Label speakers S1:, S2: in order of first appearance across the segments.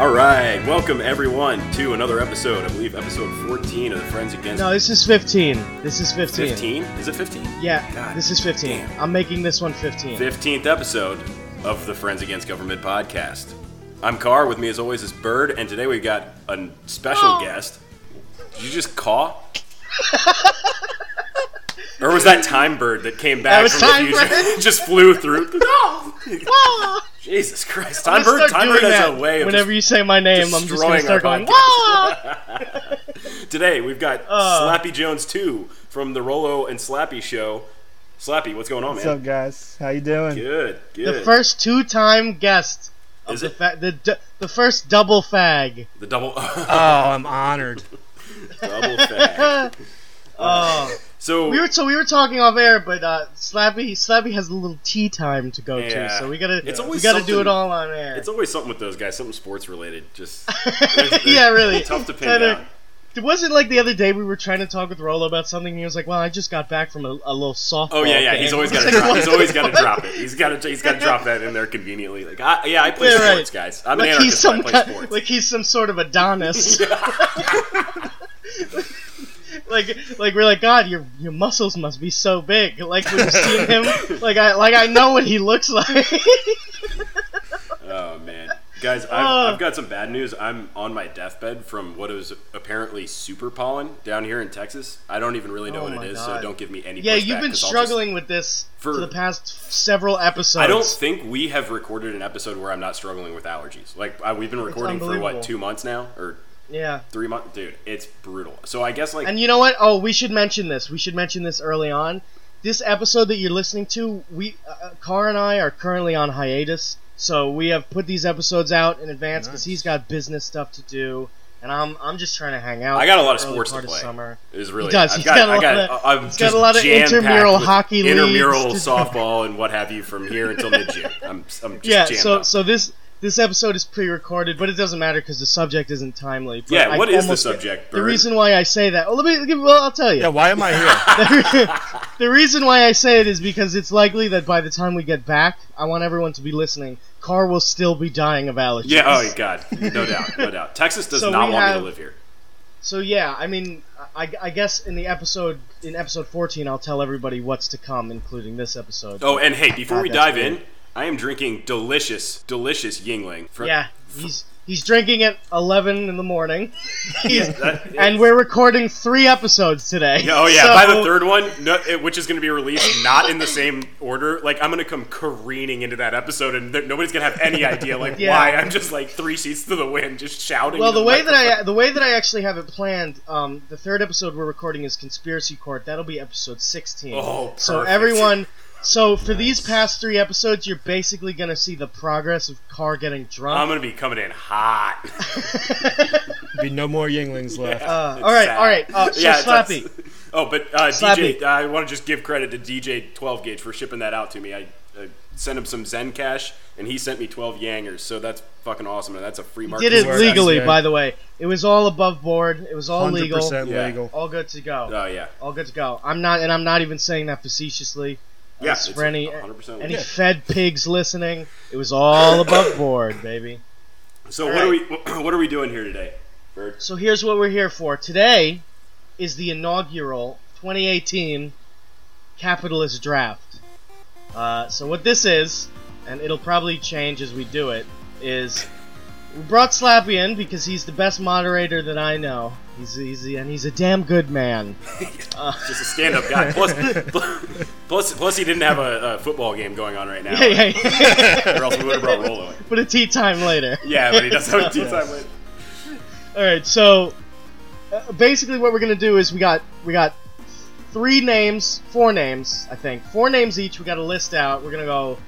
S1: All right, welcome everyone to another episode. I believe episode 14 of the Friends Against
S2: No, this is 15. This is 15.
S1: 15. Is it 15?
S2: Yeah,
S1: God
S2: this is 15.
S1: damn.
S2: I'm making this one 15.
S1: 15th episode of the Friends Against Government podcast. I'm Carr. With me, as always, is Bird, and today we've got a special guest. Did you just caw? or was that Time Bird that came back
S2: That was
S1: from
S2: Time
S1: the future?
S2: Bird.
S1: just flew through.
S2: No! Whoa!
S1: Jesus Christ!
S2: I'm
S1: Time
S2: gonna
S1: Bird.
S2: start
S1: Time
S2: doing
S1: Bird has
S2: that.
S1: a way of
S2: Whenever
S1: just-
S2: you say my name, I'm just gonna
S1: destroying our
S2: start going,
S1: podcast.
S2: Whoa!
S1: Today we've got
S2: Uh.
S1: Slappy Jones 2 from the Rolo and Slappy show. Slappy, what's going on,
S3: What's
S1: man?
S3: up, guys? How you doing?
S1: Good, good.
S2: The first two time guest. Of
S1: Is
S2: the,
S1: it?
S2: fa- the, d- the first double fag.
S1: The double
S3: Oh, I'm honored.
S1: double fag.
S2: Oh,
S1: So
S2: we were so we were talking off air, but uh, Slappy Slappy has a little tea time to go to,
S1: Yeah.
S2: so we gotta
S1: It's
S2: we
S1: always
S2: gotta do
S1: something-
S2: it all on air.
S1: it's always something with those guys, something sports related. Just they're- they're
S2: yeah, really.
S1: tough to pin
S2: Kinda-
S1: down.
S2: It wasn't like the other day we were trying to talk with Rolo about something, and he was like, "Well, I just got back from a, a little softball."
S1: Oh yeah, yeah. He's
S2: game."
S1: always got to
S2: It's like,
S1: drop. He's
S2: what
S1: always
S2: the
S1: got to
S2: fuck?
S1: drop it. He's got to. He's got to drop that in there conveniently. Like, I, yeah, I play
S2: Yeah, right.
S1: sports, guys. I'm an
S2: Like he's
S1: anarchist. I
S2: some
S1: play
S2: ki-
S1: sports.
S2: like he's some sort of Adonis. like like we're like God, your your muscles must be so big. Like we've seen him. Like I like I know what he looks like.
S1: Oh man, guys, I've,
S2: Oh.
S1: I've got some bad news. I'm on my deathbed from what is apparently super pollen down here in Texas. I don't even really know
S2: Oh
S1: what
S2: my
S1: it is, so
S2: God.
S1: don't give me any.
S2: yeah,
S1: pushback,
S2: you've been
S1: 'cause I'll
S2: struggling with this
S1: For-
S2: for the past several episodes.
S1: Just, I don't think we have recorded an episode where I'm not struggling with allergies. Like I, we've been recording for what
S2: unbelievable.
S1: two months now or
S2: Yeah.
S1: three months, dude. It's brutal. So I guess like
S2: And you know what? Oh, we should mention this. We should mention this early on. This episode that you're listening to, we, uh, Car and I are currently on hiatus, so we have put these episodes out in advance because
S3: Nice.
S2: he's got business stuff to do, and I'm I'm just trying to hang out.
S1: I got a lot of
S2: for the early
S1: sports to
S2: part
S1: play.
S2: summer.
S1: is really
S2: He does.
S1: I've
S2: He's
S1: got,
S2: got a
S1: I
S2: lot
S1: got,
S2: of-
S1: I've
S2: he's got
S1: just
S2: a lot of
S1: jam-packed
S2: intramural
S1: with
S2: hockey leagues.
S1: intramural softball, and what have you from here until mid June. I'm I'm just
S2: Yeah.
S1: jammed
S2: So
S1: up.
S2: so this this episode is pre-recorded, but it doesn't matter because the subject isn't timely. But
S1: yeah,
S2: I
S1: what is the
S2: almost-
S1: subject?
S2: The
S1: Bird?
S2: reason why I say that. Oh, let me. Well, I'll tell you.
S3: Yeah, why am I here?
S2: the reason why I say it is because it's likely that by the time we get back, I want everyone to be listening. Carr will still be dying of allergies.
S1: Yeah. Oh God. No doubt. No doubt. Texas does
S2: So
S1: not
S2: we
S1: want me
S2: have-
S1: to live here.
S2: So yeah, I mean, I, I guess in the episode in episode fourteen, I'll tell everybody what's to come, including this episode.
S1: Oh, and hey, before
S2: God,
S1: we
S2: that's
S1: dive in, I am drinking delicious, delicious Yingling. From,
S2: Yeah, he's he's drinking at eleven in the morning, He's-
S1: that-
S2: and we're recording three episodes today.
S1: Yeah, Oh yeah,
S2: So-
S1: by the third one, no, it, which is going to be released not in the same order. Like I'm going to come careening into that episode, and there, nobody's going to have any idea like
S2: Yeah.
S1: why I'm just like three sheets to the wind, just shouting.
S2: Well,
S1: into
S2: the way that
S1: microphone.
S2: I the way that I actually have it planned, um, the third episode we're recording is conspiracy court. That'll be episode sixteen.
S1: Oh,
S2: so
S1: perfect.
S2: everyone, so for these past three episodes, you're basically gonna see the progress of Carr getting
S1: I'm
S2: drunk.
S1: going to be coming in hot.
S3: Be no more Yinglings left.
S2: Uh,
S1: It's
S2: all right,
S1: sad.
S2: all right. Uh, so
S1: Yeah, it's-
S2: Slappy,
S1: Oh, but uh,
S2: Slappy.
S1: DJ, I want to just give credit to DJ 12 Gauge for shipping that out to me. I uh, sent him some Zen Cash, and he sent me 12 Yangers, so that's fucking awesome. And that's a free market.
S2: did it
S3: Works,
S2: legally,
S3: yeah.
S2: by the way. It was all above board. It was all legal.
S3: 100%
S1: Yeah.
S3: legal.
S2: All good to go.
S1: Oh yeah,
S2: All good to go. I'm not, and I'm not even saying that facetiously. Uh,
S1: yeah.
S2: for any
S1: 100. percent
S2: any fed pigs listening, it was all above board, baby.
S1: So what are we what are we doing here today? Bird?
S2: So here's what we're here for. Today is the inaugural 2018 capitalist draft. Uh, so what this is, and it'll probably change as we do it, is we brought Slappy in because he's the best moderator that I know. He's he's and he's a damn good man.
S1: Just a stand-up guy. Plus, plus- plus, plus, he didn't have a, a football game going on right now,
S2: Yeah, yeah.
S1: or else we would have brought Rolo in.
S2: but a tea time later.
S1: Yeah, but he does have a tea time with.
S2: All right, so uh, basically, what we're gonna do is we got we got three names, four names, I think, four names each. We got a list out. We're gonna go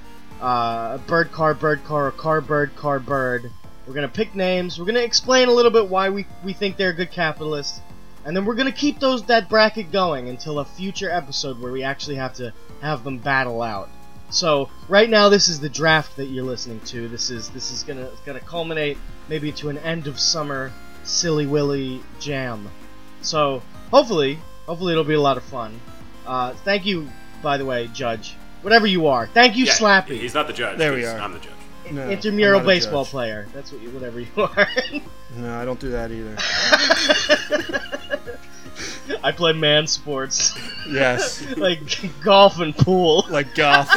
S2: uh, bird car, bird car, or car bird, car bird. We're gonna pick names. We're gonna explain a little bit why we we think they're good capitalists, and then we're gonna keep those that bracket going until a future episode where we actually have to have them battle out. So right now, this is the draft that you're listening to. This is this is gonna gonna culminate maybe to an end of summer silly willy jam. So hopefully, hopefully it'll be a lot of fun. Uh, thank you, by the way, Judge, whatever you are. Thank you,
S1: Yeah,
S2: Slappy.
S1: He's not the judge.
S3: There we
S1: he's-
S3: are.
S1: I'm the judge.
S3: No,
S2: intramural
S3: I'm not a
S2: baseball
S3: judge.
S2: player. That's what you, whatever you are.
S3: No, I don't do that either.
S2: I play man sports
S3: Yes,
S2: like golf and pool.
S3: like golf.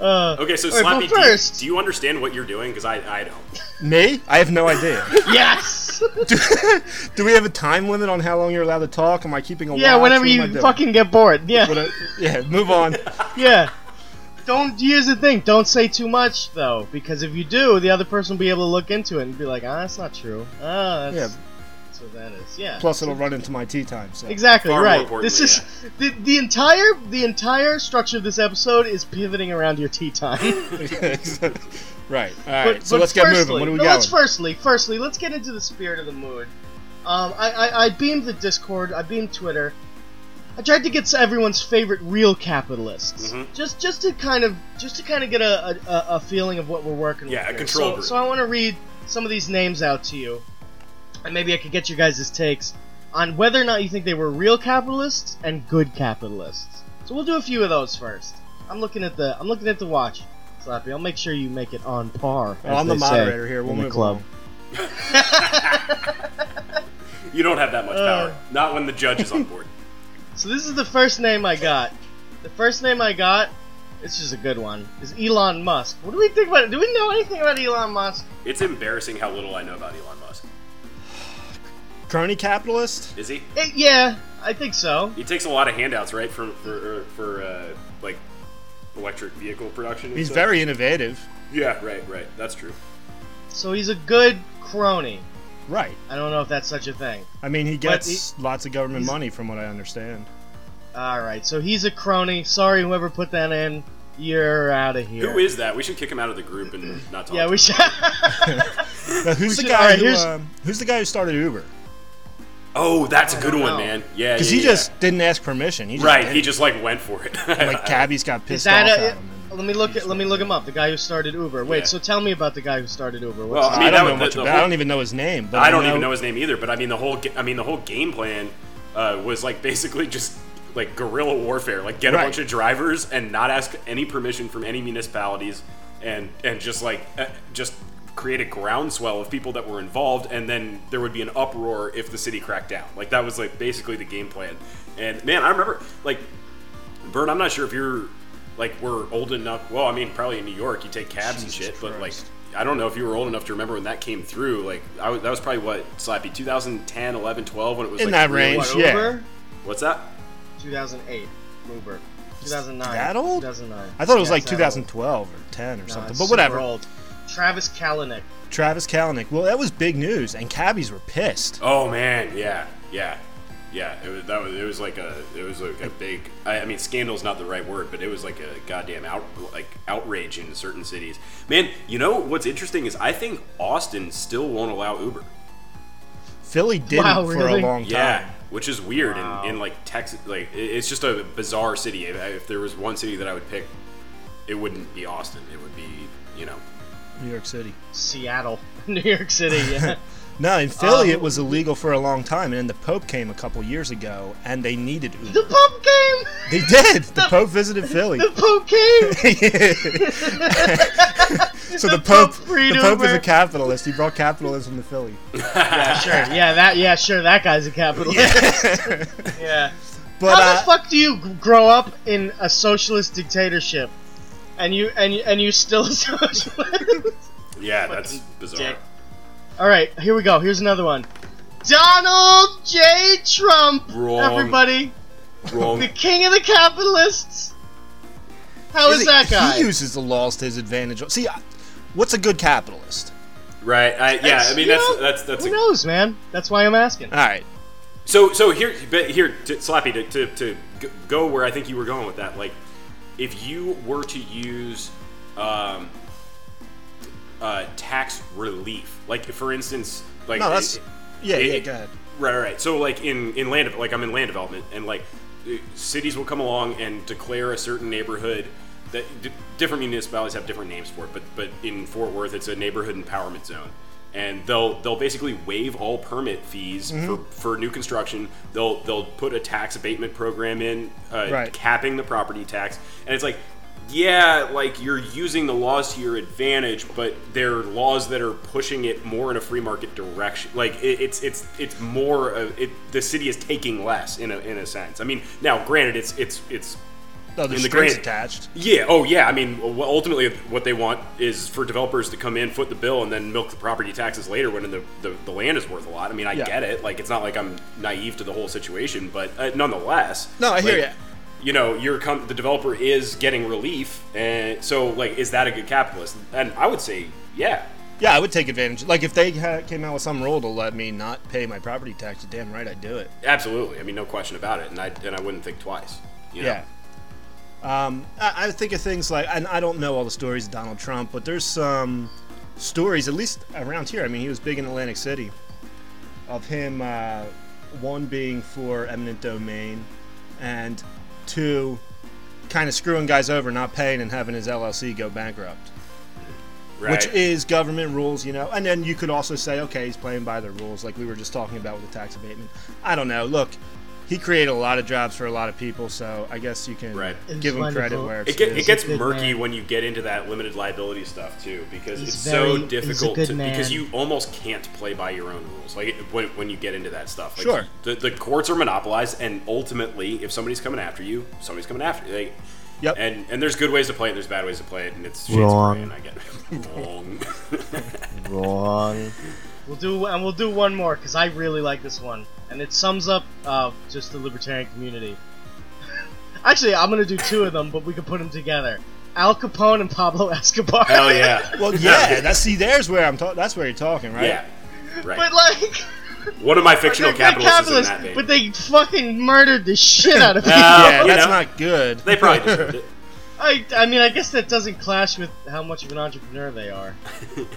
S2: Uh,
S1: Okay, so
S2: All right, but
S1: Slappy, do you,
S2: first-
S1: do you understand what you're doing? Because I, I don't.
S3: Me? I have no idea.
S2: yes.
S3: Do, do we have a time limit on how long you're allowed to talk? Am I keeping a
S2: Yeah.
S3: watch?
S2: Whenever
S3: What am I
S2: you
S3: doing?
S2: fucking get bored. Yeah.
S3: What I- yeah, move on.
S2: yeah. Don't here's the thing. Don't say too much though, because if you do, the other person will be able to look into it and be like, "Ah, that's not true. Ah, that's,
S3: Yeah.
S2: that's what that is." Yeah.
S3: Plus, it'll run into my tea time. So.
S2: Exactly
S1: Far more
S2: right.
S1: importantly,
S2: This is the, the entire the entire structure of this episode is pivoting around your tea time.
S3: right. All right. so let's get
S2: firstly,
S3: moving. What do we
S2: no,
S3: got?
S2: Let's firstly, firstly, let's get into the spirit of the mood. Um, I, I, I beamed the Discord. I beamed Twitter. I tried to get everyone's favorite real capitalists,
S3: Mm-hmm.
S1: Mhm.
S2: just just to kind of just to kind of get a, a- a, a feeling of what we're working
S1: Yeah,
S2: with.
S1: a
S2: here.
S1: control
S2: so,
S1: group.
S2: So I want to read some of these names out to you, and maybe I could get your guys' takes on whether or not you think they were real capitalists and good capitalists. So we'll do a few of those first. I'm looking at the I'm looking at the watch, Slappy. I'll make sure you make it on par.
S3: Well,
S2: as
S3: Oh, I'm the
S2: they say
S3: moderator here. We'll
S2: in the
S3: move
S2: club.
S3: along.
S1: You don't have that much
S2: Uh.
S1: power. Not when the judge is on board.
S2: So this is the first name I got. The first name I got. This is a good one. Is Elon Musk? What do we think about? Do we know anything about Elon Musk?
S1: It's embarrassing how little I know about Elon Musk.
S3: Crony capitalist.
S1: Is he?
S2: Eh, yeah, I think so.
S1: He takes a lot of handouts, right? For for for uh, like electric vehicle production. and
S3: He's
S1: stuff?
S3: very innovative.
S1: Yeah, right, right. That's true.
S2: So he's a good crony.
S3: Right.
S2: I don't know if that's such a thing.
S3: I mean, he
S2: But
S3: gets lots of government
S2: he's-
S3: money, from what I understand.
S2: All right, so he's a crony. Sorry, whoever put that in. You're out of here.
S1: Who is that? We should kick him out of the group and not talk.
S2: Yeah,
S1: to
S2: we
S1: him.
S2: should.
S3: Now, who's the
S2: should-
S3: guy?
S2: alright,
S3: who,
S2: here's-
S3: um, who's the guy who started Uber?
S1: Oh, that's a good
S2: don't
S1: one,
S2: know.
S1: man. Yeah,
S3: Because
S1: yeah,
S3: he
S1: yeah.
S3: just didn't ask permission. He just
S1: right.
S3: did
S1: He
S3: it.
S1: just like went for it.
S3: like cabbies got
S2: Is
S3: pissed
S2: that
S3: off
S2: a,
S3: at him. and-
S2: let me look at let me look him up. The guy who started Uber. Wait,
S1: Yeah.
S2: so tell me about the guy who started Uber. What's
S1: Well, I
S2: his
S1: mean,
S3: I
S1: that
S3: don't know
S1: was the-
S3: much
S1: the
S3: about. I
S1: whole-
S3: don't even know his name. But
S1: I don't even know his name either, but I mean the whole ga- I mean the whole game plan uh, was like basically just like guerrilla warfare, like get a
S3: Right.
S1: bunch of drivers and not ask any permission from any municipalities, and and just like uh, just create a groundswell of people that were involved, and then there would be an uproar if the city cracked down. Like that was like basically the game plan. And man, I remember like Bert, I'm not sure if you're like we're old enough. Well, I mean, probably in New York, you take cabs and
S3: Jesus
S1: shit, but like.
S3: Christ.
S1: I don't know if you were old enough to remember when that came through. Like, I was, that was probably what, Slappy, 2010, 11, 12, when it was
S3: In
S1: like,
S3: that
S1: really-
S3: range.
S2: What,
S3: Yeah.
S2: Uber?
S1: What's that?
S2: 2008. Uber. 2009.
S3: that old?
S2: 2009.
S3: I thought it was
S2: Yeah,
S3: like
S2: it's that old.
S3: 2012 or 10 or
S2: No,
S3: something.
S2: it's
S3: But
S2: super
S3: whatever.
S2: Old. Travis Kalanick.
S3: Travis Kalanick. Well, that was big news, and cabbies were pissed.
S1: Oh man, yeah, yeah, yeah. It was that was it was like a it was like a big. I, I mean, scandal's not the right word, but it was like a goddamn out like outrage in certain cities. Man, you know what's interesting is I think Austin still won't allow Uber.
S3: Philly didn't
S2: Wow,
S3: for
S2: really?
S3: a long time.
S1: Yeah, which is weird
S2: Wow.
S1: in, in like Texas. Like it- it's just a bizarre city. If, if there was one city that I would pick, it wouldn't be Austin. It would be you know.
S3: New York City.
S2: Seattle. New York City. Yeah.
S3: No, in Philly
S2: Um,
S3: it was illegal for a long time, and then the Pope came a couple years ago, and they needed Uber.
S2: the Pope came.
S3: they did. The Pope visited Philly.
S2: The Pope came.
S3: so the,
S2: Pope
S3: Pope,
S2: freed
S3: the Pope is
S2: Uber.
S3: a capitalist. He brought capitalism to Philly.
S2: sure. Yeah. That. Yeah. Sure. That guy's a capitalist. yeah.
S3: But
S2: How the
S3: uh,
S2: fuck do you g- grow up in a socialist dictatorship, and you and you- and you still a socialist?
S1: Yeah, that's bizarre.
S2: dick. All right, here we go. Here's another one. Donald J. Trump,
S1: Wrong.
S2: everybody,
S1: Wrong.
S2: the king of the capitalists. How is,
S3: he-
S2: that guy?
S3: He uses the laws to his advantage. See, I- what's a good capitalist?
S1: right. I, yeah. I mean,
S2: You
S1: that's
S2: know,
S1: that's that's.
S2: Who
S1: A,
S2: knows, man? That's why I'm asking.
S3: All right.
S1: So so here but here to, Slappy to, to to g- go where I think you were going with that. Like, if you were to use um, uh, tax relief, like for instance, like
S3: No, that's
S1: it-
S3: yeah,
S1: it-
S3: yeah. Go ahead.
S1: Right, right, right. So like in in land, like I'm in land development, and like uh, cities will come along and declare a certain neighborhood that d- different municipalities have different names for it. But but in Fort Worth, it's a neighborhood empowerment zone, and they'll they'll basically waive all permit fees for, for new construction. They'll they'll put a tax abatement program in, uh,
S3: Right.
S1: capping the property tax, and it's like yeah, like you're using the laws to your advantage, but they're laws that are pushing it more in a free market direction. Like it, it's it's it's more of it. The city is taking less in a in a sense. I mean, now granted, it's it's it's
S3: No, the
S1: In the
S3: strings
S1: grand-
S3: attached.
S1: yeah, oh yeah. I mean, well, ultimately, what they want is for developers to come in, foot the bill, and then milk the property taxes later when the the, the land is worth a lot. I mean, I
S3: Yeah.
S1: get it. Like, it's not like I'm naive to the whole situation, but uh, nonetheless,
S3: No, I hear
S1: like,
S3: ya.
S1: You know, your com- the developer is getting relief, and so like, is that a good capitalist? And I would say, yeah.
S3: Yeah, I would take advantage. Like if they ha- came out with some rule to let me not pay my property tax, damn right I'd do it.
S1: Absolutely. I mean, no question about it, and I and I wouldn't think twice. You know?
S3: Yeah. Um, I, I think of things like, and I don't know all the stories of Donald Trump, but there's some stories, at least around here. I mean, he was big in Atlantic City, of him, uh, one being for eminent domain, and two, kind of screwing guys over, not paying, and having his LLC go bankrupt,
S1: Right.
S3: which is government rules, you know. And then you could also say, okay, he's playing by the rules, like we were just talking about with the tax abatement. I don't know. Look. He created a lot of jobs for a lot of people, so I guess you can
S1: Right.
S2: It's
S3: give him
S2: wonderful.
S3: credit where it's
S1: It, get,
S3: due.
S1: it gets
S2: good
S1: murky
S2: man.
S1: when you get into that limited liability stuff too, because
S2: He's
S1: it's
S2: very-
S1: so
S2: he's a
S1: difficult
S2: good
S1: to,
S2: man.
S1: because you almost can't play by your own rules. Like it- when, when you get into that stuff, like,
S3: Sure.
S1: the, the courts are monopolized, and ultimately, if somebody's coming after you, somebody's coming after you. Like,
S3: Yep.
S1: And and there's good ways to play it, there's bad ways to play it, and it's shades of
S4: Wrong.
S1: gray, and I get wrong.
S4: Wrong.
S2: We'll do and we'll do one more because I really like this one, and it sums up uh, just the libertarian community. Actually, I'm gonna do two of them, but we can put them together. Al Capone and Pablo Escobar.
S1: Hell yeah.
S3: Well, yeah, that's see, there's where I'm. Ta- that's where you're talking, right?
S1: yeah. Right.
S2: but like,
S1: One of my
S2: they're
S1: fictional
S2: good
S1: capitalists
S2: capitalists,
S1: is in that vein.
S2: but they fucking murdered the shit out of people.
S1: Uh,
S3: Yeah,
S1: you
S3: that's
S1: know.
S3: not good.
S1: they probably deserved it.
S2: I, I mean, I guess that doesn't clash with how much of an entrepreneur they are.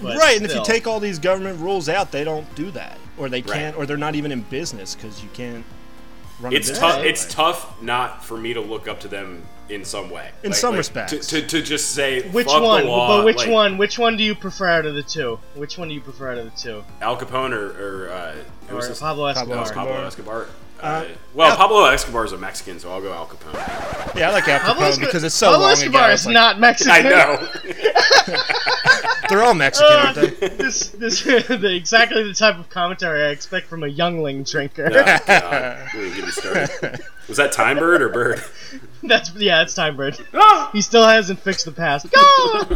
S2: But
S3: right, and if you
S2: still.
S3: take all these government rules out, they don't do that, or they
S1: Right.
S3: can't, or they're not even in business because you can't run.
S1: It's
S3: a business
S1: tough.
S3: that
S1: It's
S3: way.
S1: tough not for me to look up to them in some way.
S3: In some respects.
S1: to, to, to just say
S2: which
S1: "Fuck the
S2: one?
S1: law,"
S2: but which
S1: like,
S2: one? Which one do you prefer out of the two? Which one do you prefer out of the two?
S1: Al Capone or, or uh, who
S2: Or
S1: was this?
S2: Pablo Escobar.
S3: Pablo
S1: Pablo Escobar. Uh,
S3: Uh,
S1: well,
S3: Al-
S1: Pablo Escobar is a Mexican, so I'll go Al Capone.
S3: Yeah, I like Al
S2: Pablo
S3: Capone
S2: Escobar-
S3: because it's so
S2: Pablo
S3: long
S2: Escobar
S3: ago.
S2: is
S3: It's like,
S2: not Mexican.
S1: I know.
S3: They're all Mexican, aren't they?
S2: this this the, exactly the type of commentary I expect from a youngling drinker.
S1: Oh, God. Really get me started. Was that Time Bird or Bird?
S2: That's yeah, it's time, Bird.
S1: Ah!
S2: He still hasn't fixed the past. Go!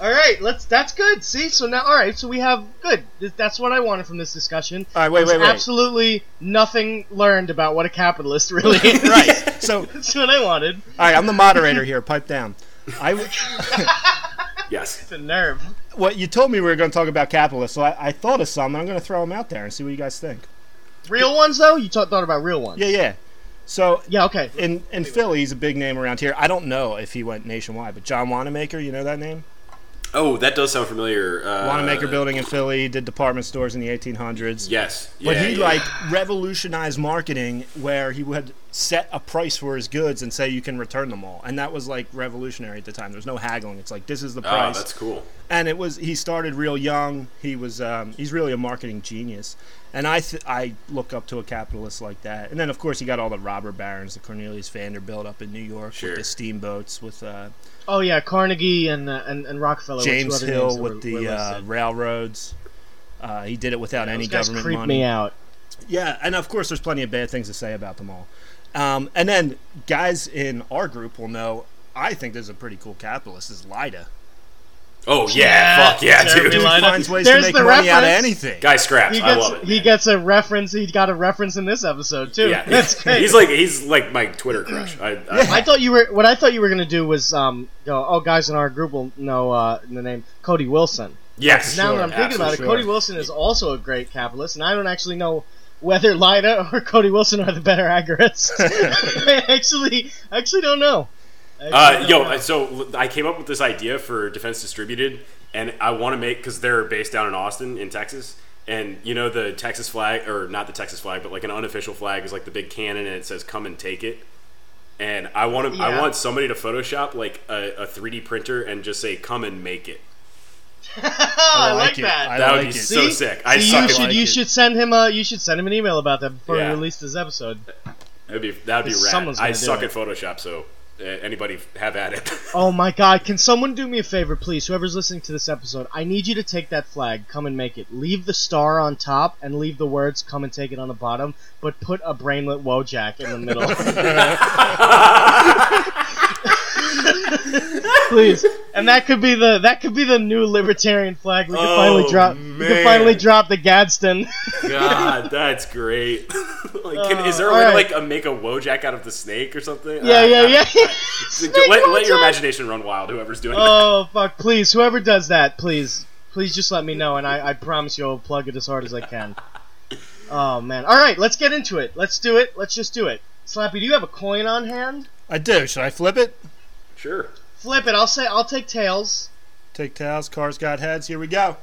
S2: all right, let's. That's good. See, so now, all right, so we have good. Th- That's what I wanted from this discussion.
S3: All right, wait,
S2: There's
S3: wait, wait.
S2: Absolutely nothing learned about what a capitalist really is.
S3: right. So, all
S2: That's what I wanted.
S3: right, I'm the moderator here. Pipe down. I w-
S1: yes.
S2: The nerve.
S3: what you told me we were going to talk about capitalists, so I, I thought of some, and I'm going to throw them out there and see what you guys think.
S2: Real ones though. You ta- thought about real ones.
S3: Yeah, yeah. So
S2: Yeah. Okay.
S3: in in Philly, he's a big name around here. I don't know if he went nationwide, but John Wanamaker, you know that name?
S1: Oh, that does sound familiar. Uh,
S3: Wanamaker building in Philly did department stores in the 1800s.
S1: Yes. Yeah,
S3: But he
S1: yeah.
S3: like revolutionized marketing where he would set a price for his goods and say you can return them all. And that was like revolutionary at the time. There was no haggling. It's like this is the
S1: Oh,
S3: price.
S1: that's cool.
S3: and it was he started real young. He was um, he's really a marketing genius, and I th- I look up to a capitalist like that. And then of course you got all the robber barons, the Cornelius Vanderbilt up in New York
S1: Sure.
S3: with the steamboats, with uh,
S2: Oh yeah, Carnegie and uh, and, and Rockefeller. were two
S3: James
S2: other names
S3: Hill
S2: that
S3: with
S2: were-
S3: the
S2: were
S3: uh,
S2: listed.
S3: railroads. Uh, he did it without any
S2: Those guys
S3: government
S2: creep
S3: money.
S2: me out.
S3: Yeah, and of course, there's plenty of bad things to say about them all. Um, and then guys in our group will know. I think there's a pretty cool capitalist. Is Lida?
S1: Oh yeah,
S2: Yeah,
S1: fuck yeah,
S2: Jeremy
S1: dude.
S3: Dude
S2: Lida.
S3: finds ways
S2: There's
S3: to
S2: the
S3: make money out of
S2: reference.
S3: anything.
S1: Guy scraps.
S2: He
S1: I
S2: gets
S1: love it.
S2: he
S1: man.
S2: gets a reference. He got a reference in this episode too.
S1: Yeah,
S2: That's great.
S1: he's like he's like my Twitter crush. I, I,
S2: I thought you were. What I thought you were gonna do was um go. Oh, guys in our group will know uh, the name Cody Wilson.
S1: yes.
S2: now
S1: sure,
S2: that I'm thinking about it,
S1: absolutely.
S2: Cody Wilson is also a great capitalist, and I don't actually know whether Lida or Cody Wilson are the better agorists. I actually actually don't know. I actually
S1: Uh,
S2: don't
S1: yo,
S2: know.
S1: I- so l- I came up with this idea for Defense Distributed, and I want to make because they're based down in Austin, in Texas, and you know the Texas flag, or not the Texas flag, but like an unofficial flag is like the big cannon, and it says "Come and take it." And I want to, I
S2: Yeah.
S1: want somebody to Photoshop like a, a 3D printer and just say "Come and make it."
S2: Ah, I,
S3: like
S2: like
S3: it.
S2: that.
S3: I
S1: That would
S3: like
S1: be
S3: it.
S1: so
S2: See?
S1: sick. I
S2: See,
S1: suck
S2: you
S1: at
S2: should
S1: like
S2: you
S1: it.
S2: should send him a you should send him an email about that before
S1: Yeah.
S2: we release this episode.
S1: That'd be that'd be rad.
S2: Someone's
S1: I
S2: gonna do
S1: suck
S2: it.
S1: at Photoshop, so Uh, anybody have at it?
S2: Oh my god, can someone do me a favor, please? Whoever's listening to this episode, I need you to take that flag, come and make it. Leave the star on top and leave the words come and take it on the bottom, but put a brainlet Wojak in the middle. please. And that could be the that could be the new libertarian flag. We can
S1: Oh,
S2: finally drop we
S1: man.
S2: can finally drop the Gadsden.
S1: God, that's great. like, can, is there a
S2: Uh,
S1: way to
S2: alright.
S1: like uh, make a Wojak out of the snake or something?
S2: yeah,
S1: Uh,
S2: yeah,
S1: uh,
S2: yeah.
S1: let, let your
S2: Wojak.
S1: imagination run wild. Whoever's doing that.
S2: Oh fuck! Please, whoever does that, please, please just let me know, and I, I promise you, I'll plug it as hard as I can. Oh man! All right, let's get into it. Let's do it. Let's just do it. Slappy, do you have a coin on hand?
S3: I do. Should I flip it?
S1: Sure.
S2: Flip it. I'll say I'll take tails.
S3: Take towels. Cars got heads. Here we go.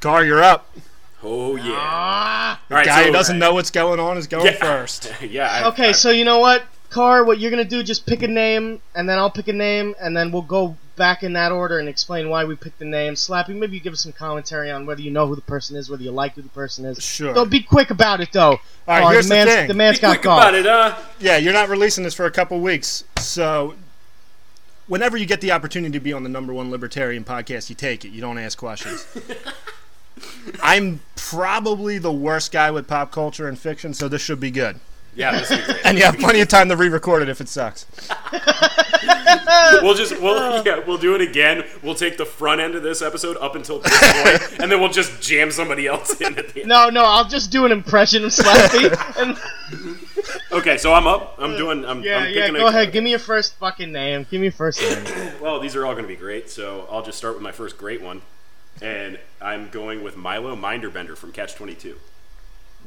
S3: Car, you're up.
S1: Oh yeah.
S2: Ah.
S1: All right.
S3: Guy who
S1: so-
S3: doesn't know what's going on is going
S1: Yeah.
S3: first.
S1: yeah. I,
S2: Okay,
S1: I-
S2: so you know what, Car? What you're gonna do? Just pick a name, and then I'll pick a name, and then we'll go back in that order and explain why we picked the name. Slappy, maybe you give us some commentary on whether you know who the person is, whether you like who the person is.
S3: Sure.
S2: Don't be quick about it though.
S3: All right,
S2: Car,
S3: here's
S2: the
S3: the
S2: man's,
S3: thing.
S2: the man's
S1: Be
S2: got
S1: quick
S2: gone.
S1: about it, uh, huh?
S3: Yeah, you're not releasing this for a couple weeks, so whenever you get the opportunity to be on the number one libertarian podcast, you take it. You don't ask questions. I'm probably the worst guy with pop culture and fiction, so this should be good.
S1: Yeah. This is great.
S3: And you have plenty of time to re-record it if it sucks.
S1: we'll just
S2: Oh.
S1: we'll yeah we'll do it again. We'll take the front end of this episode up until this point, and then we'll just jam somebody else in at the end.
S2: No, no, I'll just do an impression of Slappy. and,
S1: Okay, so I'm up. I'm doing. I'm,
S2: Uh, yeah,
S1: I'm
S2: yeah.
S1: picking a-
S2: Go ahead. Give me your first fucking name. Give me your first name.
S1: Well, these are all going to be great, so I'll just start with my first great one, and I'm going with Milo Minderbender from Catch Twenty Two.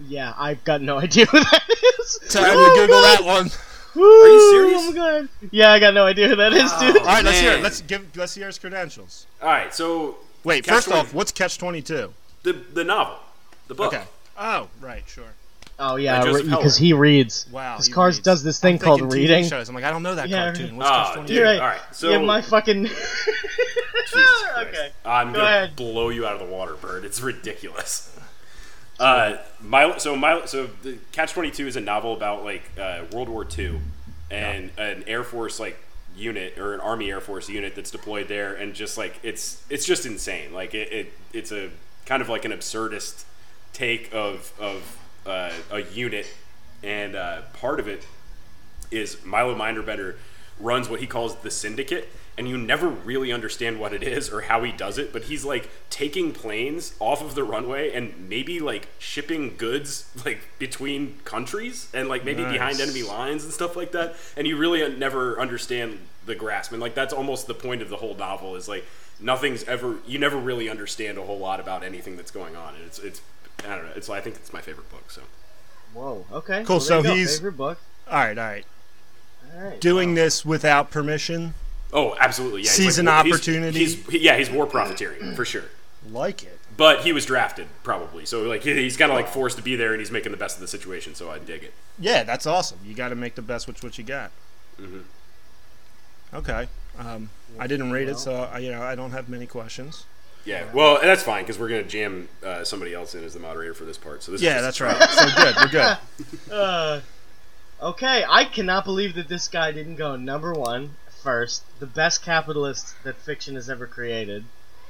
S2: yeah, I've got no idea who that is.
S3: Time
S2: Oh,
S3: to Google
S2: God.
S3: that one.
S2: Are
S1: you serious?
S2: Oh, my God. Yeah, I got no idea who that is, dude.
S3: All right, let's hear it.
S1: Man.
S3: Let's give let's hear his credentials.
S1: All right, so
S3: Wait,
S1: Catch
S3: first
S1: 20
S3: off, what's Catch Twenty Two?
S1: the the novel, the book.
S3: Okay. Oh, right, sure.
S2: Oh yeah,
S1: Joseph
S2: because
S1: Howard.
S2: he reads.
S3: Wow,
S2: Because
S3: he
S2: Cars
S3: reads.
S2: does this thing
S3: Thinking
S2: called
S3: TV
S2: reading.
S3: shows. I'm like, I don't know that
S2: Yeah,
S3: cartoon.
S2: right.
S3: What's Catch
S1: Oh,
S3: Twenty
S1: dude.
S2: You're
S3: Two?
S2: right.
S1: All right, so-
S2: yeah, my fucking.
S1: Jesus Christ.
S2: okay.
S1: I'm
S2: Go
S1: gonna
S2: ahead.
S1: blow you out of the water, Bird. It's ridiculous. Uh, Milo, so Milo, so the Catch Twenty Two is a novel about like uh, World War II and an Air Force like unit or an Army Air Force unit that's deployed there, and just like it's it's just insane. Like it, it it's a kind of like an absurdist take of of uh, a unit, and uh, part of it is Milo Minderbender runs what he calls the Syndicate, and you never really understand what it is or how he does it, but he's like taking planes off of the runway and maybe like shipping goods like between countries and like maybe behind
S3: Nice.
S1: enemy lines and stuff like that. And you really uh, never understand the grasp, and like that's almost the point of the whole novel is like nothing's ever you never really understand a whole lot about anything that's going on, and it's it's I don't know. It's I think it's my favorite book. So
S2: Whoa. Okay.
S3: Cool,
S2: Well, there
S3: so
S2: you go.
S3: he's-
S2: favorite book.
S3: All right, all right.
S2: All right.
S3: Doing this without permission,
S1: oh, absolutely, yeah. he's,
S3: Sees an
S1: war- he's-
S3: opportunity.
S1: he's he- yeah, he's war
S2: Mm.
S1: profiteering for sure.
S3: like it.
S1: But he was drafted, probably. So like he- he's kind of like forced to be there, and he's making the best of the situation. So I dig it.
S3: Yeah, that's awesome. You got to make the best with what you got.
S1: Mm-hmm.
S3: Okay. Um, I didn't read it, so I, you know I don't have many questions.
S1: Yeah. Well, and that's fine because we're gonna jam uh, somebody else in as the moderator for this part. So this.
S3: Yeah,
S1: is
S3: that's
S1: just,
S3: right. So good, we're good.
S2: Uh, okay, I cannot believe that this guy didn't go number one first. The best capitalist that fiction has ever created.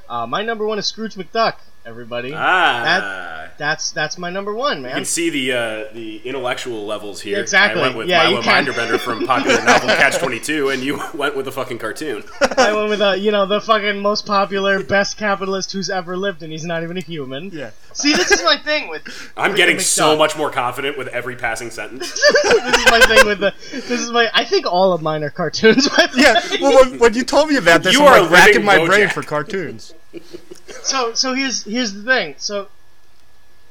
S2: Uh, my number one is Scrooge McDuck. Everybody,
S1: Ah.
S2: that's that's my number one,
S1: you can
S2: man.
S1: see the uh, the intellectual levels here.
S2: Exactly.
S1: I went with
S2: Yeah,
S1: Milo
S2: you can.
S1: Minderbender from popular novel Catch Twenty Two, and you went with a fucking cartoon.
S2: I went with the you know the fucking most popular, best capitalist who's ever lived, and he's not even a human.
S3: Yeah.
S2: See, this is my thing with.
S1: I'm getting so
S2: McDuck.
S1: much more confident with every passing sentence.
S2: This is my thing with the. This is my. I think all of mine are cartoons. By the
S3: Yeah.
S2: way.
S3: Well, when, when you told me about this,
S1: You
S3: I'm
S1: are
S3: like
S1: living
S3: racking my brain
S1: Bojack.
S3: for cartoons.
S2: so so here's here's the thing. So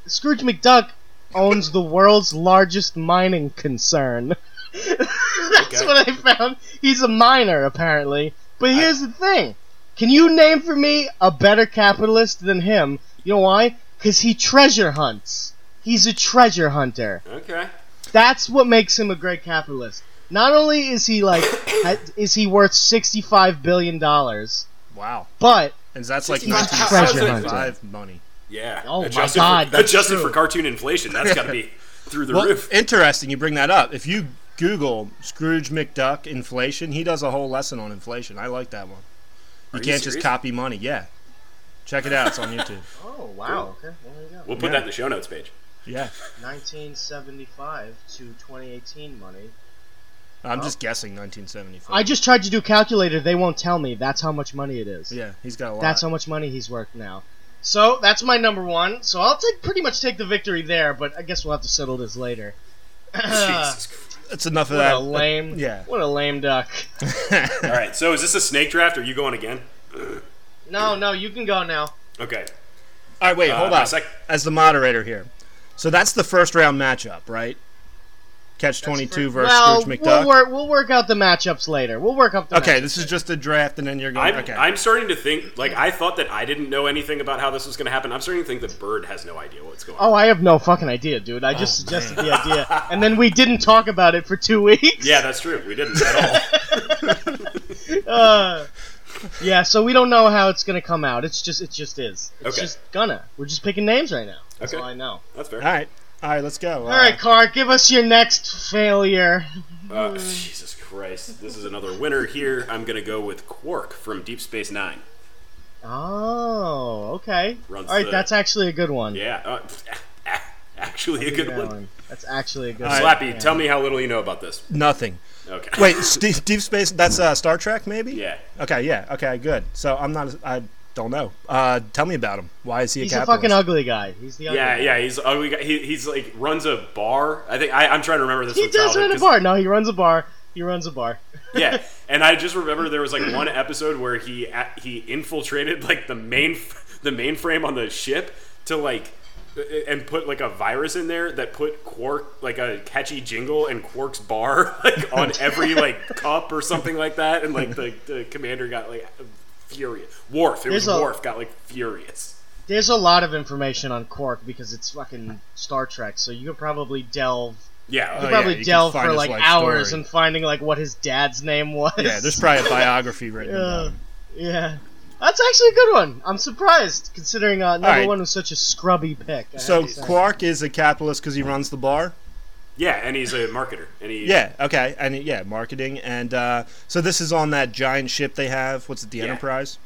S2: Scrooge McDuck owns the world's largest mining concern. That's
S1: Okay.
S2: what I found. He's a miner apparently. But here's the thing. Can you name for me a better capitalist than him? You know why? Cuz he treasure hunts. He's a treasure hunter.
S1: Okay.
S2: That's what makes him a great capitalist. Not only is he like ha- is he worth 65 billion dollars,
S3: Wow.
S2: but
S3: And that's like
S2: Just
S1: treasure
S3: 1975 money.
S1: Yeah.
S2: Oh my
S1: adjusted
S2: God,
S1: For,
S2: that's
S1: adjusted
S2: true.
S1: for cartoon inflation, that's got to be through the
S3: Well,
S1: roof.
S3: interesting. You bring that up. If you Google Scrooge McDuck inflation. He does a whole lesson on inflation. I like that one. You
S1: Are you
S3: can't just
S1: serious?
S3: copy money. Yeah. Check it out. It's on YouTube.
S2: Oh wow. Okay. Well, there you go.
S1: We'll put
S3: Yeah.
S1: that in the show notes page.
S3: Yeah.
S2: 1975 to 2018 money.
S3: I'm
S1: Oh.
S3: just guessing 1974.
S2: I just tried to do calculator. They won't tell me. That's how much money it is.
S3: yeah, he's got a lot.
S2: That's how much money he's worth now. So that's my number one. So I'll take pretty much take the victory there, but I guess we'll have to settle this later.
S1: Jesus Christ.
S3: That's enough of
S2: What
S3: that.
S2: a lame,
S3: yeah.
S2: What a lame duck.
S1: All right, so is this a snake draft? Or are you going again?
S2: No, no, you can go now.
S1: Okay.
S3: All right, wait,
S1: Uh,
S3: hold
S1: my
S3: on.
S1: sec-
S3: As the moderator here, so that's the first round matchup, right? Catch twenty two versus
S2: well,
S3: Scrooge McDuck.
S2: we'll work, we'll work out the matchups later. We'll work up the
S3: okay,
S2: matchups
S3: this is just a draft, and then you're going.
S1: I'm,
S3: okay,
S1: I'm starting to think, like, I thought that I didn't know anything about how this was going to happen. I'm starting to think that Bird has no idea what's going on.
S2: Oh, I have no fucking idea, dude. I
S3: Oh,
S2: just suggested the idea, and then we didn't talk about it for two weeks.
S1: Yeah, that's true. We didn't at all.
S2: Uh, yeah. So we don't know how it's gonna come out. It's just, it just is. It's
S1: Okay.
S2: just gonna. We're just picking names right now. That's
S1: Okay.
S2: all I know.
S1: That's
S3: all
S1: fair.
S3: right, all right, let's go.
S2: All right, Carr, give us your next failure.
S1: Uh, Jesus Christ. This is another winner here. I'm going to go with Quark from Deep Space Nine.
S2: Oh, okay.
S1: Runs
S2: all right,
S1: the-
S2: that's actually a good one.
S1: Yeah. Uh, actually, a
S2: Give me
S1: good
S2: that
S1: one.
S2: one. That's actually a good
S3: All
S2: one.
S3: right.
S1: Slappy, tell me how little you know about this.
S3: nothing.
S1: Okay.
S3: Wait, Steve, Deep Space. That's uh, Star Trek, maybe.
S1: Yeah.
S3: Okay. Yeah. Okay. Good. So I'm not. I don't know. Uh, tell me about him. Why is he a
S2: He's a
S3: capitalist?
S2: fucking ugly guy. He's the ugly
S1: Yeah,
S2: guy.
S1: yeah, he's ugly. guy. He, he's like runs a bar. I think I, I'm trying to remember this.
S2: He
S1: from
S2: does
S1: childhood,
S2: run a
S1: 'cause-
S2: bar. No, he runs a bar. He runs a bar.
S1: yeah, and I just remember there was like one episode where he a- he infiltrated like the main the mainframe on the ship to like and put like a virus in there that put Quark like a catchy jingle and Quark's bar like on every like cup or something like that, and like the, the commander got like furious. Worf, it was
S2: There's a-
S1: Worf got like furious.
S2: There's a lot of information on Quark because it's fucking Star Trek, so you could probably delve
S1: Yeah,
S3: Oh, yeah,
S2: probably
S3: you can
S2: delve
S3: find
S2: for
S3: his
S2: like
S3: life
S2: hours
S3: story.
S2: and finding like what his dad's name was.
S3: Yeah. There's probably a biography written. about
S2: Uh,
S3: him.
S2: yeah. That's actually a good one. I'm surprised considering uh, number
S3: right.
S2: one was such a scrubby pick. I
S3: So
S2: have to say.
S3: Quark is a capitalist because he runs the bar.
S1: yeah, and he's a marketer, and he
S3: Yeah. Okay. And yeah, marketing. And uh, so this is on that giant ship they have. What's it? The
S1: Yeah.
S3: Enterprise.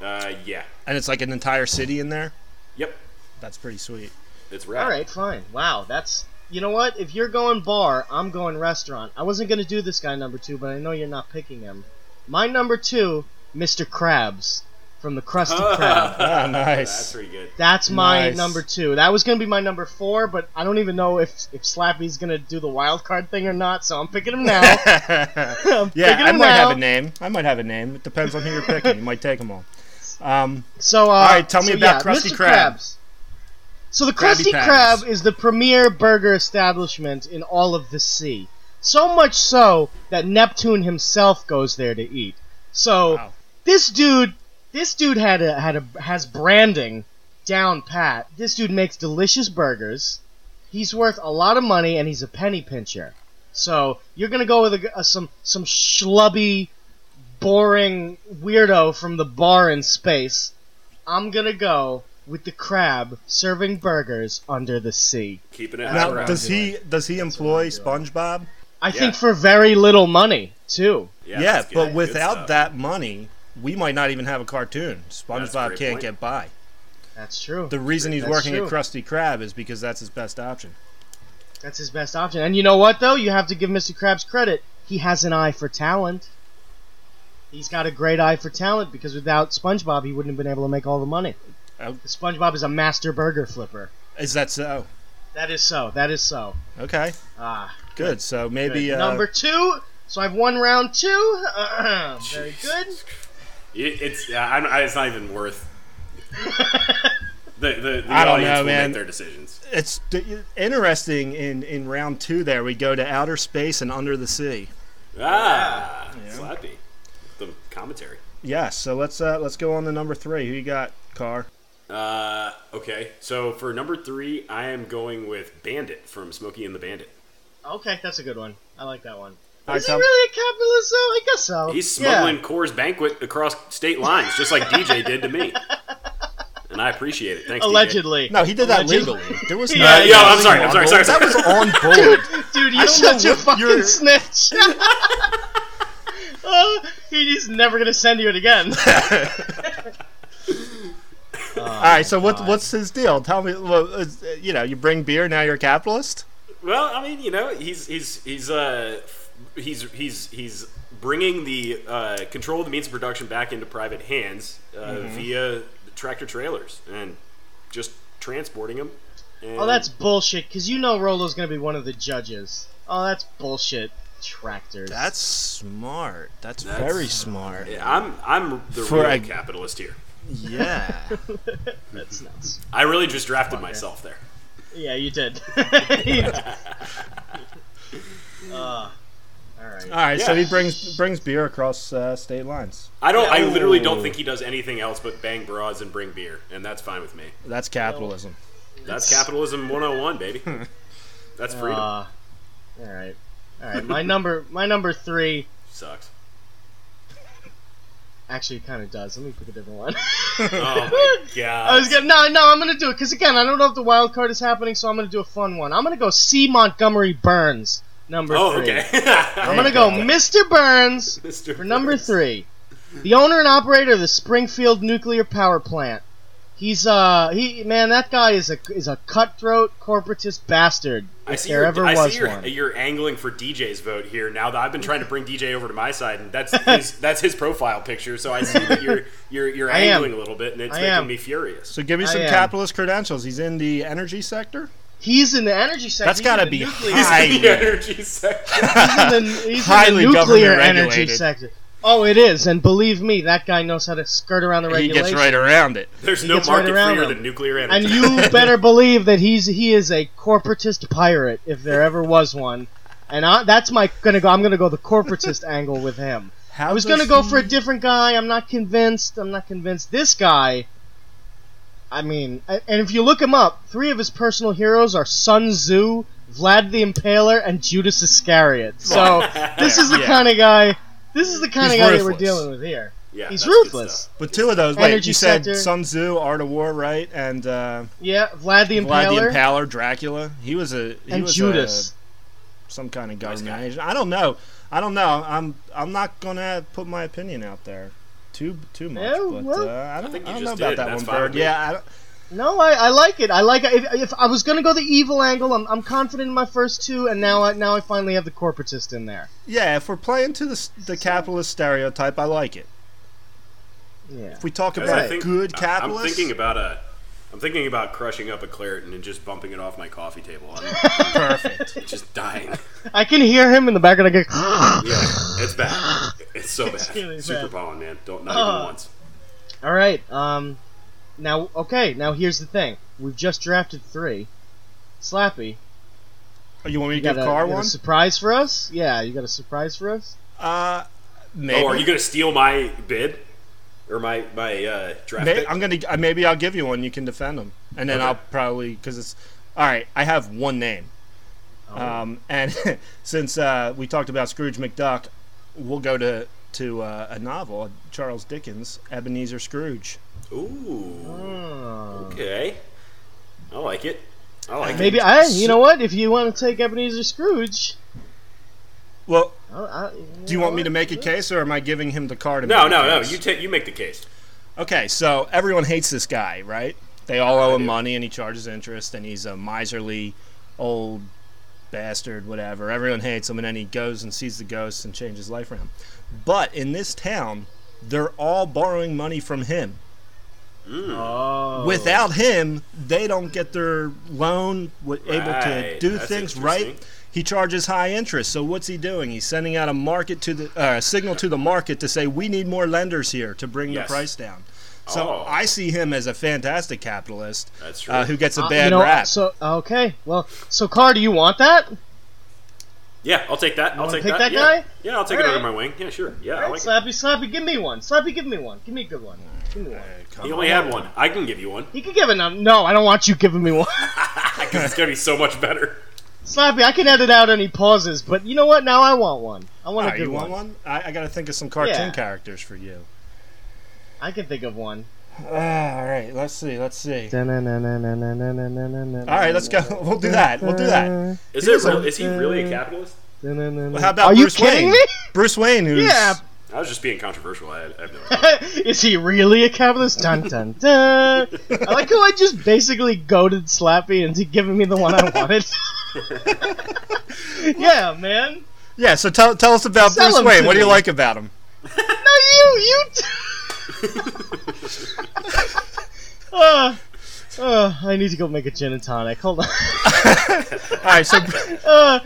S1: uh, yeah,
S3: And it's like an entire city in there.
S1: yep,
S3: That's pretty sweet.
S1: it's rad.
S2: All right, fine. Wow, that's you know what? If you're going bar, I'm going restaurant. I wasn't gonna do this guy number two, but I know you're not picking him. My number two, Mr. Krabs from the Krusty Krab.
S3: Ah,
S1: That's
S3: nice.
S1: pretty good.
S2: That's my
S3: Nice.
S2: number two. That was gonna be my number four, but I don't even know if if Slappy's gonna do the wild card thing or not. So I'm picking him now. I'm
S3: yeah,
S2: picking
S3: I
S2: him
S3: might
S2: now.
S3: have a name. I might have a name. It depends on who you're picking. You might take them all. Um,
S2: So, uh, all
S3: right, tell me about Krusty
S2: Mr.
S3: Krab.
S2: Krabs. So the
S3: Krabby
S2: Krusty
S3: Patties.
S2: Krab is the premier burger establishment in all of the sea. So much so that Neptune himself goes there to eat. So
S3: Wow.
S2: this dude, this dude had a had a has branding down pat. This dude makes delicious burgers. He's worth a lot of money, and he's a penny pincher. So you're gonna go with a, g- uh, some some schlubby, boring weirdo from the bar in space. I'm gonna go with the crab serving burgers under the sea.
S1: Keeping it high
S3: now,
S1: brow.
S3: does he does he employ SpongeBob?
S2: I think
S1: Yeah.
S2: for very little money too.
S1: Yeah,
S3: yeah,
S1: that's good.
S3: but
S1: Good
S3: without
S1: stuff.
S3: that money, we might not even have a cartoon.
S1: a
S3: SpongeBob
S1: great
S3: can't
S1: point.
S3: get by.
S2: That's true.
S3: The reason he's
S2: That's
S3: working
S2: true.
S3: at Krusty Krab is because that's his best option.
S2: That's his best option. And you know what though? You have to give Mr. Krabs credit. He has an eye for talent. He's got a great eye for talent because without SpongeBob, he wouldn't have been able to make all the money.
S3: Oh.
S2: SpongeBob is a master burger flipper.
S3: Is that so?
S2: That is so. That is so.
S3: Okay,
S2: Ah.
S3: good. So maybe uh,
S2: Number two. So I've won round two. Very good.
S1: It- it's yeah, I'm, I, it's not even worth. the the, the
S3: I don't
S1: audience
S3: know,
S1: will
S3: man.
S1: make their decisions.
S3: it's d- interesting. In in round two, there we go to outer space and under the sea.
S1: Ah, slappy. The commentary.
S3: Yeah, so let's uh, let's go on to number three. Who you got, Car?
S1: Uh, okay, so for number three, I am going with Bandit from Smokey and the Bandit.
S2: Okay, that's a good one. I like that one.
S3: All
S2: Is
S3: right,
S2: he
S3: tell-
S2: really a capitalist though? I guess so.
S1: He's
S2: Yeah.
S1: smuggling Coors Banquet across state lines, just like DJ did to me. and I appreciate it. Thanks, DJ.
S2: Allegedly.
S3: No, he did that
S2: Allegedly.
S3: legally. There was no.
S2: Yeah, yeah,
S1: I'm sorry, I'm sorry, sorry,
S3: That was on board.
S2: Dude,
S3: I
S2: you're
S3: don't know
S2: such a
S3: what
S2: fucking
S3: you're-
S2: snitch. Uh, he's never gonna send you it again.
S3: All right, so what, what's his deal? Tell me. Well, is- uh, you know, you bring beer, now you're a capitalist.
S1: Well, I mean, you know, he's he's he's uh he's he's he's bringing the uh, control of the means of production back into private hands uh,
S3: Mm-hmm.
S1: via tractor trailers and just transporting them. And
S2: Oh, that's bullshit. Cause you know Rolo's gonna be one of the judges. Oh, that's bullshit. Tractors.
S3: That's smart. That's,
S1: That's-
S3: very smart.
S1: Yeah, I'm I'm the
S3: For
S1: real
S3: a-
S1: capitalist here.
S3: Yeah.
S2: that's nuts.
S1: I really just drafted myself there.
S2: Yeah, you did. You did. Uh, all right.
S3: All right, so
S1: Yeah.
S3: he brings brings beer across uh, state lines.
S1: I don't. I literally don't think he does anything else but bang broads and bring beer, and that's fine with me.
S3: That's capitalism.
S1: That's capitalism 101, baby. That's freedom.
S2: Uh, all right. All right. My number. My number three.
S1: Sucks.
S2: Actually, it kind of does. Let me pick a different one.
S1: Oh my god.
S2: I was gonna no, no. I'm gonna do it because again, I don't know if the wild card is happening, so I'm gonna do a fun one. I'm gonna go C. Montgomery Burns, number
S1: oh,
S2: three.
S1: okay.
S2: I'm gonna go Mr. Burns
S1: Mr.
S2: for number
S1: Burns.
S2: three, the owner and operator of the Springfield nuclear power plant. He's uh he man, that guy is a is a cutthroat corporatist bastard.
S1: I
S2: if
S1: see
S2: there
S1: you're,
S2: ever
S1: I
S2: was
S1: see you're,
S2: one.
S1: you're angling for DJ's vote here. Now that I've been trying to bring DJ over to my side, and that's his, that's his profile picture. So I see that you're you're you're
S2: I am.
S1: angling a little bit, and it's
S2: I
S1: making
S2: am.
S1: me furious.
S3: So give me
S2: I
S3: some
S2: am.
S3: capitalist credentials. He's in the energy sector.
S2: He's in the energy sector.
S3: That's
S2: he's
S3: gotta
S2: in the
S3: be
S2: nuclear,
S1: He's
S3: high.
S1: in the energy sector.
S2: he's in the, he's in
S3: Highly
S2: the nuclear
S3: government
S2: energy
S3: regulated.
S2: sector. Oh, it is, and believe me, that guy knows how to skirt around the
S3: He
S2: regulations.
S3: gets right around it.
S1: There's no
S2: gets right
S1: market
S2: around
S1: freer
S2: him.
S1: than nuclear
S2: And
S1: energy.
S2: you better believe that he's he is a corporatist pirate if there ever was one. And I, that's my gonna go. I'm gonna go the corporatist angle with him.
S3: How
S2: I was gonna go for a different guy. I'm not convinced. I'm not convinced. This guy. I mean, a- and if you look him up, three of his personal heroes are Sun Tzu, Vlad the Impaler, and Judas Iscariot. So this is the
S3: Yeah.
S2: kind of guy. This is the kind
S3: He's
S2: of guy that we're
S3: ruthless.
S2: dealing with here.
S1: yeah,
S2: He's
S1: that's good
S2: ruthless.
S1: stuff.
S3: But two of those. Wait,
S2: Energy
S3: you said
S2: sector.
S3: Sun Tzu, Art of War, right? And uh,
S2: Yeah, Vlad the Impaler,
S3: Vlad the Impaler, Dracula. He was a he
S2: and
S3: was
S2: Judas.
S3: a, some kind of
S1: Nice
S3: government
S1: guy.
S3: agent. I don't know. I don't know. I'm I'm not gonna put my opinion out there too too much.
S2: Yeah,
S3: but
S2: well,
S3: uh, I don't, I
S1: think you
S3: don't
S1: just
S3: know
S1: did,
S3: about that
S1: that's
S3: one,
S1: fine with
S3: Bird.
S1: me.
S3: Yeah, I don't,
S2: No, I, I like it. I like it. If, if I was gonna go the evil angle, I'm, I'm confident in my first two, and now I now I finally have the corporatist in there.
S3: yeah. If we're playing to the s- the capitalist stereotype, I like it.
S2: Yeah.
S3: If we talk
S1: Guys, I
S3: about
S1: think-
S3: good
S1: I-
S3: capitalists,
S1: I'm thinking about a. I'm thinking about crushing up a claret and then just bumping it off my coffee table. I'm
S3: perfect.
S1: just dying.
S2: I can hear him in the background. I go,
S1: Yeah, it's bad. It's so bad.
S2: really
S1: Super
S2: bad.
S1: pollen, man. Don't not
S2: Uh.
S1: even once. Oh,
S2: all right. Um, now okay. Now here's the thing. We've just drafted three. Slappy,
S3: Oh, you want me to
S2: you got,
S3: give
S2: a,
S3: Car
S2: you got a
S3: one?
S2: surprise for us? Yeah, you got a surprise for us?
S3: Uh, maybe.
S1: Oh, are you gonna steal my bid or my my uh, draft?
S3: May-
S1: pick?
S3: I'm gonna uh, maybe I'll give you one. You can defend them, and then
S1: Okay.
S3: I'll probably because it's all right. I have one name,
S1: Oh.
S3: um, and since uh, we talked about Scrooge McDuck, we'll go to to uh, a novel, Charles Dickens, Ebenezer Scrooge.
S1: Ooh.
S3: Hmm.
S2: Oh.
S1: Okay. I like it. I like
S2: Maybe
S1: it.
S2: I. You know what? If you want to take Ebenezer Scrooge,
S3: Well,
S2: I, I,
S3: do you want me to make a case, or am I giving him the card?
S1: No, no, no. You take. You make the case.
S3: Okay, so everyone hates this guy, right? They all owe him
S1: do.
S3: money, and he charges interest, and he's a miserly old bastard, whatever. Everyone hates him, and then he goes and sees the ghosts and changes his life around. But in this town, they're all borrowing money from him.
S1: Mm.
S2: Oh.
S3: Without him, they don't get their loan, w- able to
S1: Right,
S3: do
S1: that's
S3: things right.
S1: interesting.
S3: He charges high interest. So what's he doing? He's sending out a market to the uh, a signal to the market to say we need more lenders here to bring
S1: Yes.
S3: the price down. So
S1: Oh.
S3: I see him as a fantastic capitalist
S1: That's true.
S3: uh, who gets a
S2: Uh,
S3: bad
S2: you know,
S3: rap.
S2: So okay, well, so Car, do you want that?
S1: Yeah, I'll take that. I'll
S2: wanna
S1: take
S2: pick that
S1: yeah.
S2: guy?
S1: Yeah, I'll take it
S2: Alright.
S1: under my wing. Yeah, sure. Yeah, I like it.
S2: slappy, slappy, give me one. Slappy, give me one. Give me a good one. Give me one.
S1: You only had one. I can give you one
S2: You can give it. num- No, I don't want you giving me one.
S1: because it's gonna be so much better.
S2: slappy, I can edit out any pauses, but you know what? Now I want one. I want a
S3: Alright,
S2: good
S3: Ah, you want
S2: one.
S3: one? I, I got to think of some cartoon
S2: Yeah.
S3: characters for you.
S2: I can think of one.
S3: Ah, all right, let's see, let's see.
S2: All
S3: All right, let's go. We'll do that. We'll do that.
S1: Is
S3: He
S1: it
S3: was
S1: real,
S3: on-
S1: is he really a capitalist?
S2: Well,
S3: Well, how about
S2: Are
S3: Bruce
S2: you kidding
S3: Wayne? Bruce Wayne, who's
S2: me? Yeah.
S1: I was just being controversial. I, I have no idea.
S2: Is he really a capitalist? Dun dun dun. I like how I just basically goaded Slappy into giving me the one I wanted. yeah, man.
S3: yeah. So tell, tell us about
S2: Sell
S3: Bruce
S2: him
S3: Wayne.
S2: to
S3: What do you
S2: me.
S3: like about him?
S2: No, you, you. T- uh, uh, I need to go make a gin and tonic. Hold on.
S3: All right, so
S2: Uh,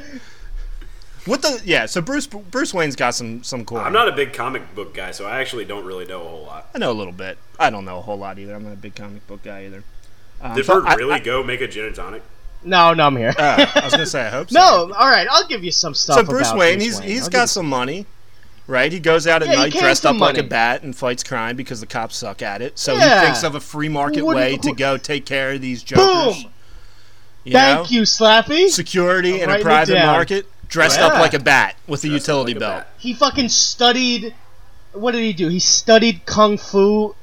S3: what the? Yeah, so Bruce Bruce Wayne's got some some cool.
S1: I'm not a big comic book guy, so I actually don't really know a whole lot.
S3: I know a little bit. I don't know a whole lot either. I'm not a big comic book guy either. Um,
S1: Did
S3: so
S1: Bird
S3: I-
S1: really
S3: I-
S1: go make a gin and tonic?
S2: no, no, I'm here.
S3: uh, I was gonna say I hope so.
S2: No, all right. I'll give you some stuff.
S3: So Bruce
S2: about
S3: Wayne,
S2: Bruce
S3: he's
S2: Wayne.
S3: he's
S2: I'll
S3: got
S2: give
S3: some money, right? He goes out at
S2: Yeah, he
S3: night
S2: can
S3: dressed
S2: have
S3: up
S2: some
S3: like a
S2: money.
S3: bat and fights crime because the cops suck at it. So
S2: Yeah.
S3: he thinks of a free market
S2: What-
S3: way to
S2: who-
S3: go take care of these jokers.
S2: Boom!
S3: You
S2: you- Thank
S3: know?
S2: you, Slappy.
S3: Security in a
S2: writing it
S3: private
S2: down.
S3: market, dressed up
S2: Yeah.
S3: like a bat with a utility
S1: like a
S3: belt.
S1: bat.
S2: He fucking studied. What did he do? He studied kung fu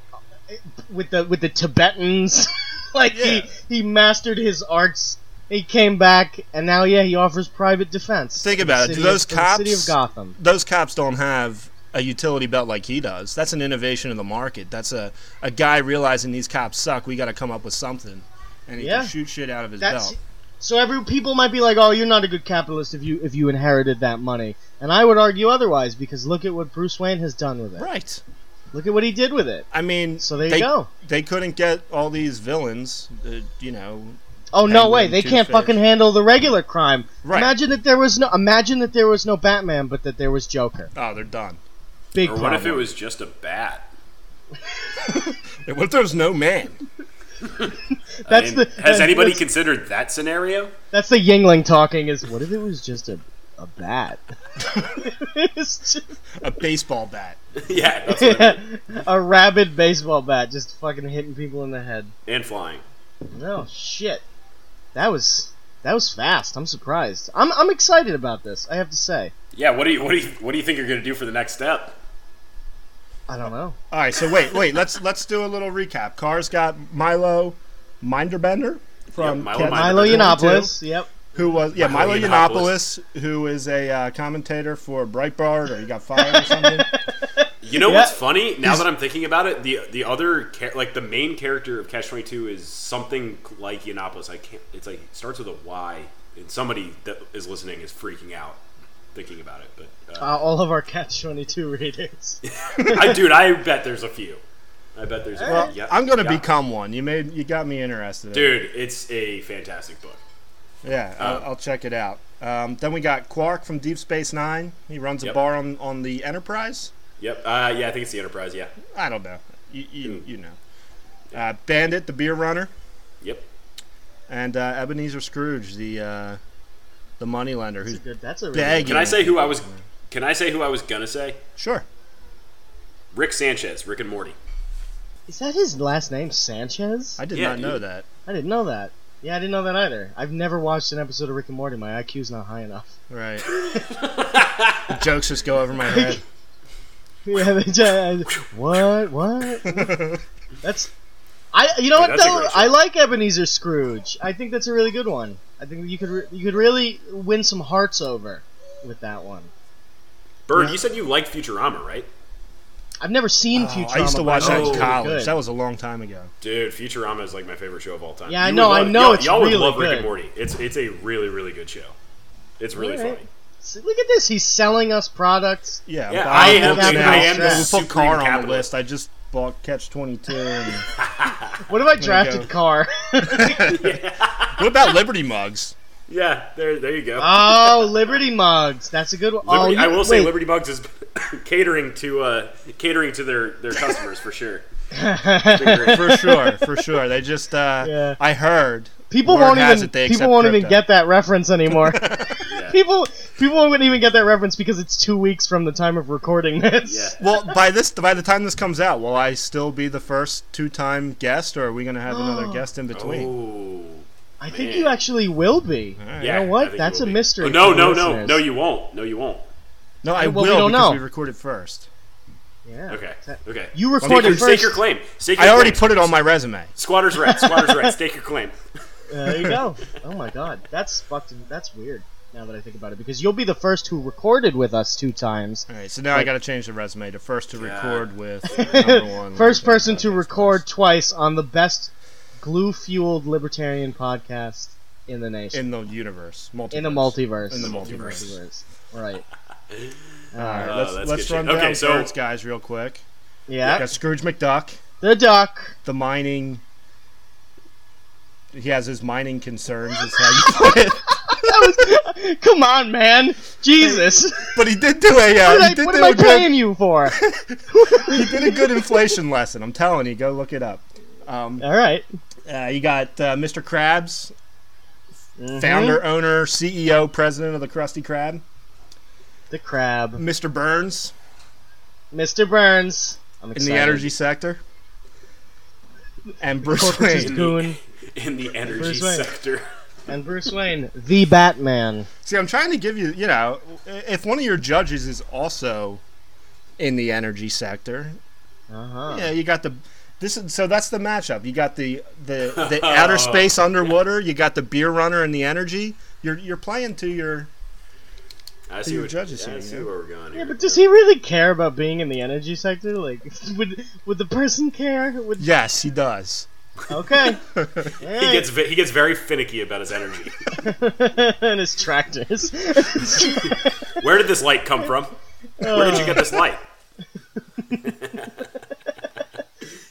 S2: with the with the Tibetans. like
S3: Yeah.
S2: he he mastered his arts. He came back, and now yeah, he offers private defense.
S3: Think
S2: for the
S3: about it. Do
S2: city
S3: those
S2: of- for the city
S3: cops-
S2: of Gotham.
S3: Those cops don't have a utility belt like he does. That's an innovation of the market. That's a, a guy realizing these cops suck. We got to come up with something, and he
S2: Yeah.
S3: can shoot shit out of his
S2: That's
S3: belt.
S2: so every people might be like, "Oh, you're not a good capitalist if you if you inherited that money." And I would argue otherwise because look at what Bruce Wayne has done with it.
S3: Right.
S2: Look at what he did with it.
S3: I mean,
S2: So there you
S3: they,
S2: go.
S3: They couldn't get all these villains, uh, you know.
S2: Oh no
S3: Penguin,
S2: way! They can't
S3: Two-Face.
S2: fucking handle the regular crime.
S3: Right.
S2: Imagine that there was no. Imagine that there was no Batman, but that there was Joker.
S3: Oh, they're done.
S2: Big
S1: Or what
S2: problem.
S1: if it was just a bat?
S3: Hey, What if there's no man?
S2: that's
S1: And
S2: the.
S1: has
S2: that's-
S1: anybody
S2: That's,
S1: considered that scenario?
S2: that's the Yingling talking. Is what if it was just a a bat? It's just
S3: A baseball bat.
S1: yeah, that's what I mean.
S2: a rabid baseball bat just fucking hitting people in the head.
S1: and flying.
S2: No shit. That was that was fast. I'm surprised. I'm I'm excited about this. I have to say.
S1: Yeah, what do you what do you what do you think you're gonna do for the next step?
S2: I don't know.
S3: All right, so wait, wait. Let's let's do a little recap. Cars got Milo Minderbender from
S1: Yeah, Milo
S3: Cat-
S1: Mind-
S2: Milo
S1: Number
S2: Yiannopoulos. Yep.
S3: who was yeah
S1: Milo
S3: Milo,
S1: Yiannopoulos.
S3: Yiannopoulos, who is a uh, commentator for Breitbart or he got fired or something.
S1: You know
S2: Yeah.
S1: what's funny? Now that I'm thinking about it, the the other cha- like the main character of Catch Twenty Two is something like Yiannopoulos. I can't. It's like it starts with a Y, and somebody that is listening is freaking out thinking about it. But uh,
S2: Uh, all of our Catch 22 readers.
S1: I, dude, I bet there's a few. I bet there's. a
S3: Well,
S1: few. Yeah,
S3: I'm gonna
S1: yeah.
S3: become one. You made you got me interested. in it.
S1: Dude, it's a fantastic book.
S3: Yeah,
S1: Um,
S3: I'll, I'll check it out. Um, then we got Quark from Deep Space Nine. He runs a
S1: Yep.
S3: bar on, on the Enterprise.
S1: Yep. Uh, yeah, I think it's the Enterprise. Yeah.
S3: I don't know. You you, you know. Uh, Bandit, the beer runner,
S1: Yep.
S3: and uh, Ebenezer Scrooge, the uh, the moneylender,
S2: That's
S3: who's
S2: a good. That's a really
S3: begging.
S1: Can I say who I was? Can I say who I was gonna say?
S3: Sure.
S1: Rick Sanchez, Rick and Morty.
S2: Is that his last name, Sanchez?
S3: I did
S1: Yeah,
S3: not know
S1: dude.
S3: that.
S2: I didn't know that. Yeah, I didn't know that either. I've never watched an episode of Rick and Morty. My IQ's not high enough.
S3: Right. The jokes just go over my head.
S2: Yeah, they just- what? What? That's. I. You know
S1: Dude,
S2: what
S1: that's a
S2: though?
S1: great show.
S2: I like Ebenezer Scrooge. I think that's a really good one. I think you could re- you could really win some hearts over with that one.
S1: Bird, you said you liked Futurama, right?
S2: I've never seen
S3: Oh,
S2: Futurama.
S3: I used to
S2: but
S3: watch
S2: heard
S3: that
S2: it's
S3: in
S1: really
S3: college.
S2: Oh, good.
S3: That was a long time ago.
S1: Dude, Futurama is like my favorite show of all time.
S2: Yeah, I
S1: would
S2: know, I
S1: love-
S2: know
S1: Y'all,
S2: it's
S1: y'all would
S2: really
S1: love Rick and
S2: good.
S1: Morty. It's it's a really really good show. It's really
S2: Alright.
S1: funny.
S2: See, Look at this. He's selling us products.
S3: Yeah.
S1: Yeah,
S3: Bob
S1: I am-
S3: Hope
S2: dude,
S3: now.
S2: I am the
S3: We
S1: supreme
S3: put car on the
S1: capitalist.
S3: list. I just bought Catch Twenty Two. And...
S2: What if I
S3: go.
S2: drafted Carr?
S3: what about Liberty Mugs?
S1: Yeah, there there you go.
S2: oh, Liberty mugs. That's a good one. Oh,
S1: Liberty,
S2: you-
S1: I will say
S2: wait.
S1: Liberty Bugs is catering to uh, catering to their, their customers for sure. It's been great.
S3: for sure, for sure. They just uh,
S2: Yeah.
S3: I heard
S2: People
S3: word
S2: won't
S3: has
S2: even
S3: it they
S2: people
S3: accept
S2: won't even
S3: crypto.
S2: get that reference anymore.
S1: Yeah.
S2: people people wouldn't even get that reference because it's two weeks from the time of recording
S1: Yeah.
S2: this.
S3: Well, by this by the time this comes out, will I still be the first two-time guest, or are we gonna have another guest in between?
S1: Oh.
S2: I think
S1: Man.
S2: you actually will be.
S3: All right.
S1: Yeah,
S2: You know what?
S1: I think
S2: That's
S1: it will
S2: a
S1: be.
S2: mystery
S1: Oh, no,
S2: for the
S1: no, no,
S2: listeners.
S1: no. You won't. No, you won't.
S3: No, I
S2: Well, we
S3: will
S2: don't
S3: because
S2: know.
S3: we recorded first.
S2: Yeah.
S1: Okay. Okay.
S2: You
S1: Stake
S2: recorded
S1: your- Stake
S2: first.
S1: your claim. Stake your
S3: I already
S1: claim.
S3: put it on my resume.
S1: Squatter's right. Squatter's right. Stake your claim.
S2: There you go. Oh my god, that's fucking. That's weird. Now that I think about it, because you'll be the first who recorded with us two times.
S3: All right, so now I got to change the resume to first to record with number one.
S2: First
S3: like,
S2: person
S3: uh,
S2: to
S3: next
S2: record twice on the best glue fueled libertarian podcast in the
S3: place.
S2: nation.
S3: in the universe, multiverse.
S2: In, the multiverse.
S3: In the
S1: multiverse.
S2: Right.
S3: All right,
S1: Oh,
S3: let's,
S1: that's
S3: let's
S1: good shit.
S3: run down
S1: Okay, so-
S3: birds, guys, real quick.
S2: Yeah.
S3: Got Scrooge McDuck,
S2: The duck.
S3: the mining. He has his mining concerns, is how you put it.
S2: Come on, man. Jesus.
S3: But he did do a.
S2: what
S3: Uh, he
S2: am I,
S3: did
S2: what
S3: do
S2: am I
S3: a good.
S2: paying you for?
S3: He did a good inflation lesson. I'm telling you, go look it up. Um,
S2: All right.
S3: uh, you got uh, Mr. Krabs,
S2: Mm-hmm.
S3: founder, owner, CEO, president of the Krusty Krab.
S2: The crab.
S3: Mr. Burns
S2: Mr. Burns. I'm
S3: in
S2: excited.
S3: the energy sector. And Bruce
S2: Corpus is
S3: Wayne.
S2: goon.
S1: In the energy
S2: Bruce Wayne.
S1: sector.
S2: And Bruce Wayne, the Batman.
S3: See, I'm trying to give you, you know, if one of your judges is also in the energy sector,
S2: Uh-huh.
S3: yeah, you got the. This is, so that's the matchup. You got the the, the outer space underwater. You got the beer runner and the energy. You're you're playing to your.
S1: I
S3: your
S1: see what
S3: judges
S1: I
S3: here,
S1: see
S3: yeah.
S1: where we're going.
S2: Yeah,
S1: here.
S2: but does he really care about being in the energy sector? Like, would would the person care? Would
S3: Yes, he does.
S2: okay.
S1: He gets ve- he gets very finicky about his energy.
S2: and his tractors.
S1: Where did this light come from? Where did you get this
S3: Uh.
S1: light?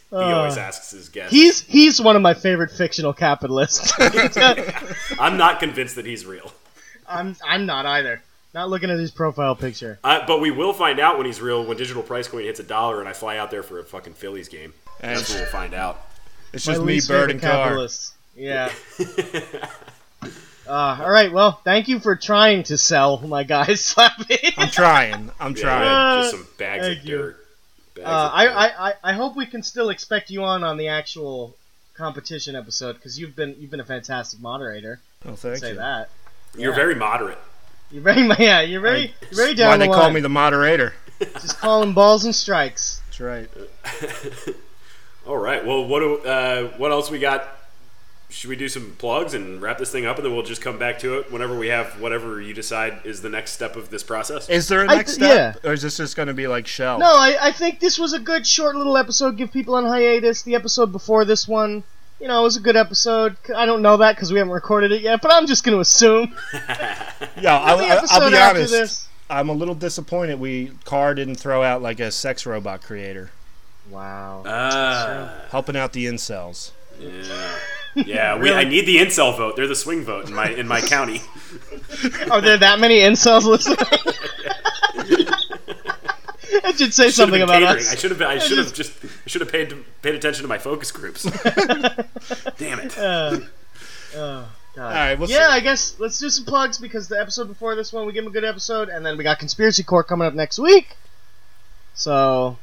S1: he always
S3: Uh.
S1: asks his guests.
S2: he's he's one of my favorite fictional capitalists.
S1: I'm not convinced that he's real.
S2: I'm I'm not either. Not looking at his profile picture.
S1: Uh, but we will find out when he's real when Digital Price Coin hits a dollar and I fly out there for a fucking Phillies game. That's when we'll find out.
S3: It's
S2: My
S3: just me,
S2: least
S3: Bird,
S2: favorite
S3: and Car.
S2: capitalist. Yeah. Uh, all right. Well, thank you for trying to sell my guys. Slappy. Uh,
S3: I'm trying. I'm
S1: Yeah,
S3: trying.
S1: yeah, just some bags
S2: Ah, Thank
S1: of
S2: you.
S1: dirt. Bags
S2: Uh,
S1: of
S2: I,
S1: dirt.
S2: I, I, I hope we can still expect you on on the actual competition episode because you've been you've been a fantastic moderator.
S3: Oh, thank
S2: say
S3: you.
S2: that
S1: You're very moderate.
S2: you're very yeah you're very you're very down
S3: Why
S2: the
S3: they
S2: line.
S3: call me the moderator?
S2: Just calling balls and strikes.
S3: That's right.
S1: All right. Well, what do, uh, what else we got? Should we do some plugs and wrap this thing up, and then we'll just come back to it whenever we have whatever you decide is the next step of this process?
S3: Is there a
S2: I
S3: next
S2: th-
S3: step, or is this just going to be like shell?
S2: No, I, I think this was a good short little episode. Give people on hiatus. The episode before this one, you know, it was a good episode. C- I don't know that because we haven't recorded it yet, but I'm just going to assume.
S3: Yeah, I,
S2: The
S3: I,
S2: episode
S3: I'll be
S2: after
S3: honest.
S2: this.
S3: I'm a little disappointed we Carr didn't throw out like a sex robot creator
S2: Wow.
S1: Ah,
S3: helping out the incels.
S1: yeah. Yeah, we, I need the incel vote. They're the swing vote in my in my county.
S2: Are Oh, there that many incels listening? It should say
S1: Should've
S2: something
S1: been
S2: about
S1: catering. I
S2: us.
S1: should have. been- I should have just. I should have paid paid attention to my focus groups. Damn it.
S2: Uh, oh, God.
S3: All right, we'll
S2: yeah,
S3: see.
S2: I guess let's do some plugs because the episode before this one, we gave him a good episode, and then we got Conspiracy Court coming up next week. So,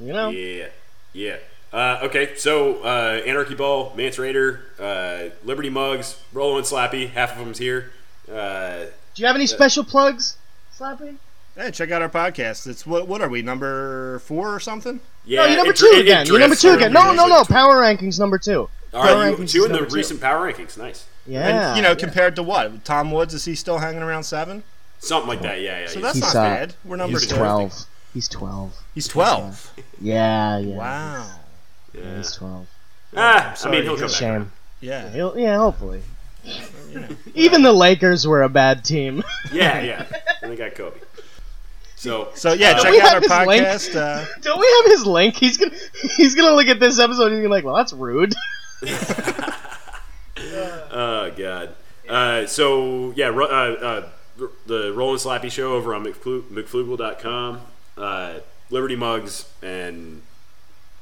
S2: you know.
S1: Yeah, yeah. Uh, okay, so uh, Anarchy Ball, Mance Raider, uh, Liberty Mugs, Rollo and Slappy. Half of them's here. Uh,
S2: Do you have any special plugs, Oh, Slappy?
S3: Hey, check out our podcast. It's what? What are we? Number four or something?
S1: yeah,
S2: No, you're number
S1: it dri-
S2: two
S1: it- it
S2: again. You're
S1: drifts.
S2: number two
S1: We're
S2: again.
S1: number
S2: No,
S1: two.
S2: no, no. Power rankings number two.
S1: All right,
S2: Power
S1: you-
S2: rankings
S1: two
S2: is
S1: in the
S2: number two.
S1: recent power rankings. Nice,
S2: Yeah.
S3: And, you know, compared to what? Tom Woods is he still hanging around seven?
S1: something like that. Yeah, yeah.
S3: So
S1: yeah.
S3: that's
S2: He's,
S3: not
S2: uh,
S3: bad. We're number
S2: he's
S3: two.
S2: twelve. He's twelve.
S3: He's twelve.
S2: Yeah, yeah.
S3: Wow.
S1: Yeah.
S2: He's twelve.
S1: Ah, I mean,
S3: sorry.
S1: he'll come back.
S2: Oh, Shame.
S3: Yeah.
S2: He'll, yeah, hopefully. Even the Lakers were a bad team.
S1: Yeah, yeah. And they got Kobe. So
S3: So yeah,
S1: Uh,
S3: check
S2: we
S3: out our
S2: have his
S3: podcast. Uh,
S2: Don't we have his link? He's gonna he's gonna look at this episode and he's gonna be like, well, that's rude.
S1: Oh god. Uh, so yeah, ro- uh, uh, the Rolling Slappy Show over on McFlu- McFlugel.com, uh, Liberty Mugs, and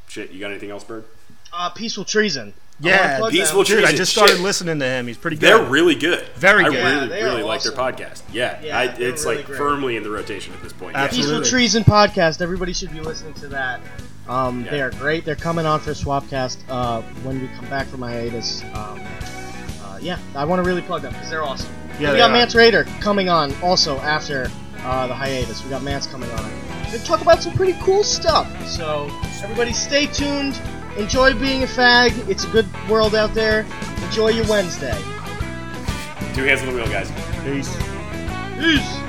S1: shit. You got anything else, Bird?
S2: Uh, peaceful treason.
S3: yeah.
S2: plug
S3: Dude,
S1: Peaceful Treason.
S3: I just started
S1: shit.
S3: listening to him. He's pretty
S1: They're
S3: good.
S1: really good.
S3: Very good.
S1: I really,
S2: Yeah, they are
S1: really like their
S2: awesome.
S1: podcast. Yeah,
S2: Yeah,
S1: I,
S2: they're
S1: it's
S2: really
S1: like
S2: great.
S1: firmly in the rotation at this point. Yeah.
S3: Absolutely.
S2: Peaceful treason podcast. Everybody should be listening to that. Um,
S1: Yeah.
S2: They are great. They're coming on for Swapcast uh, when we come back from hiatus. Um, uh, yeah, I want to really plug them because they're awesome.
S3: Yeah,
S2: we
S3: they
S2: got
S3: are.
S2: Mance Raider coming on also after uh, the hiatus. We got Mance coming on. and talk about some pretty cool stuff. So, everybody, stay tuned. Enjoy being a fag. It's a good world out there. Enjoy your Wednesday.
S1: Two hands on the wheel, guys.
S3: Peace.
S2: Peace.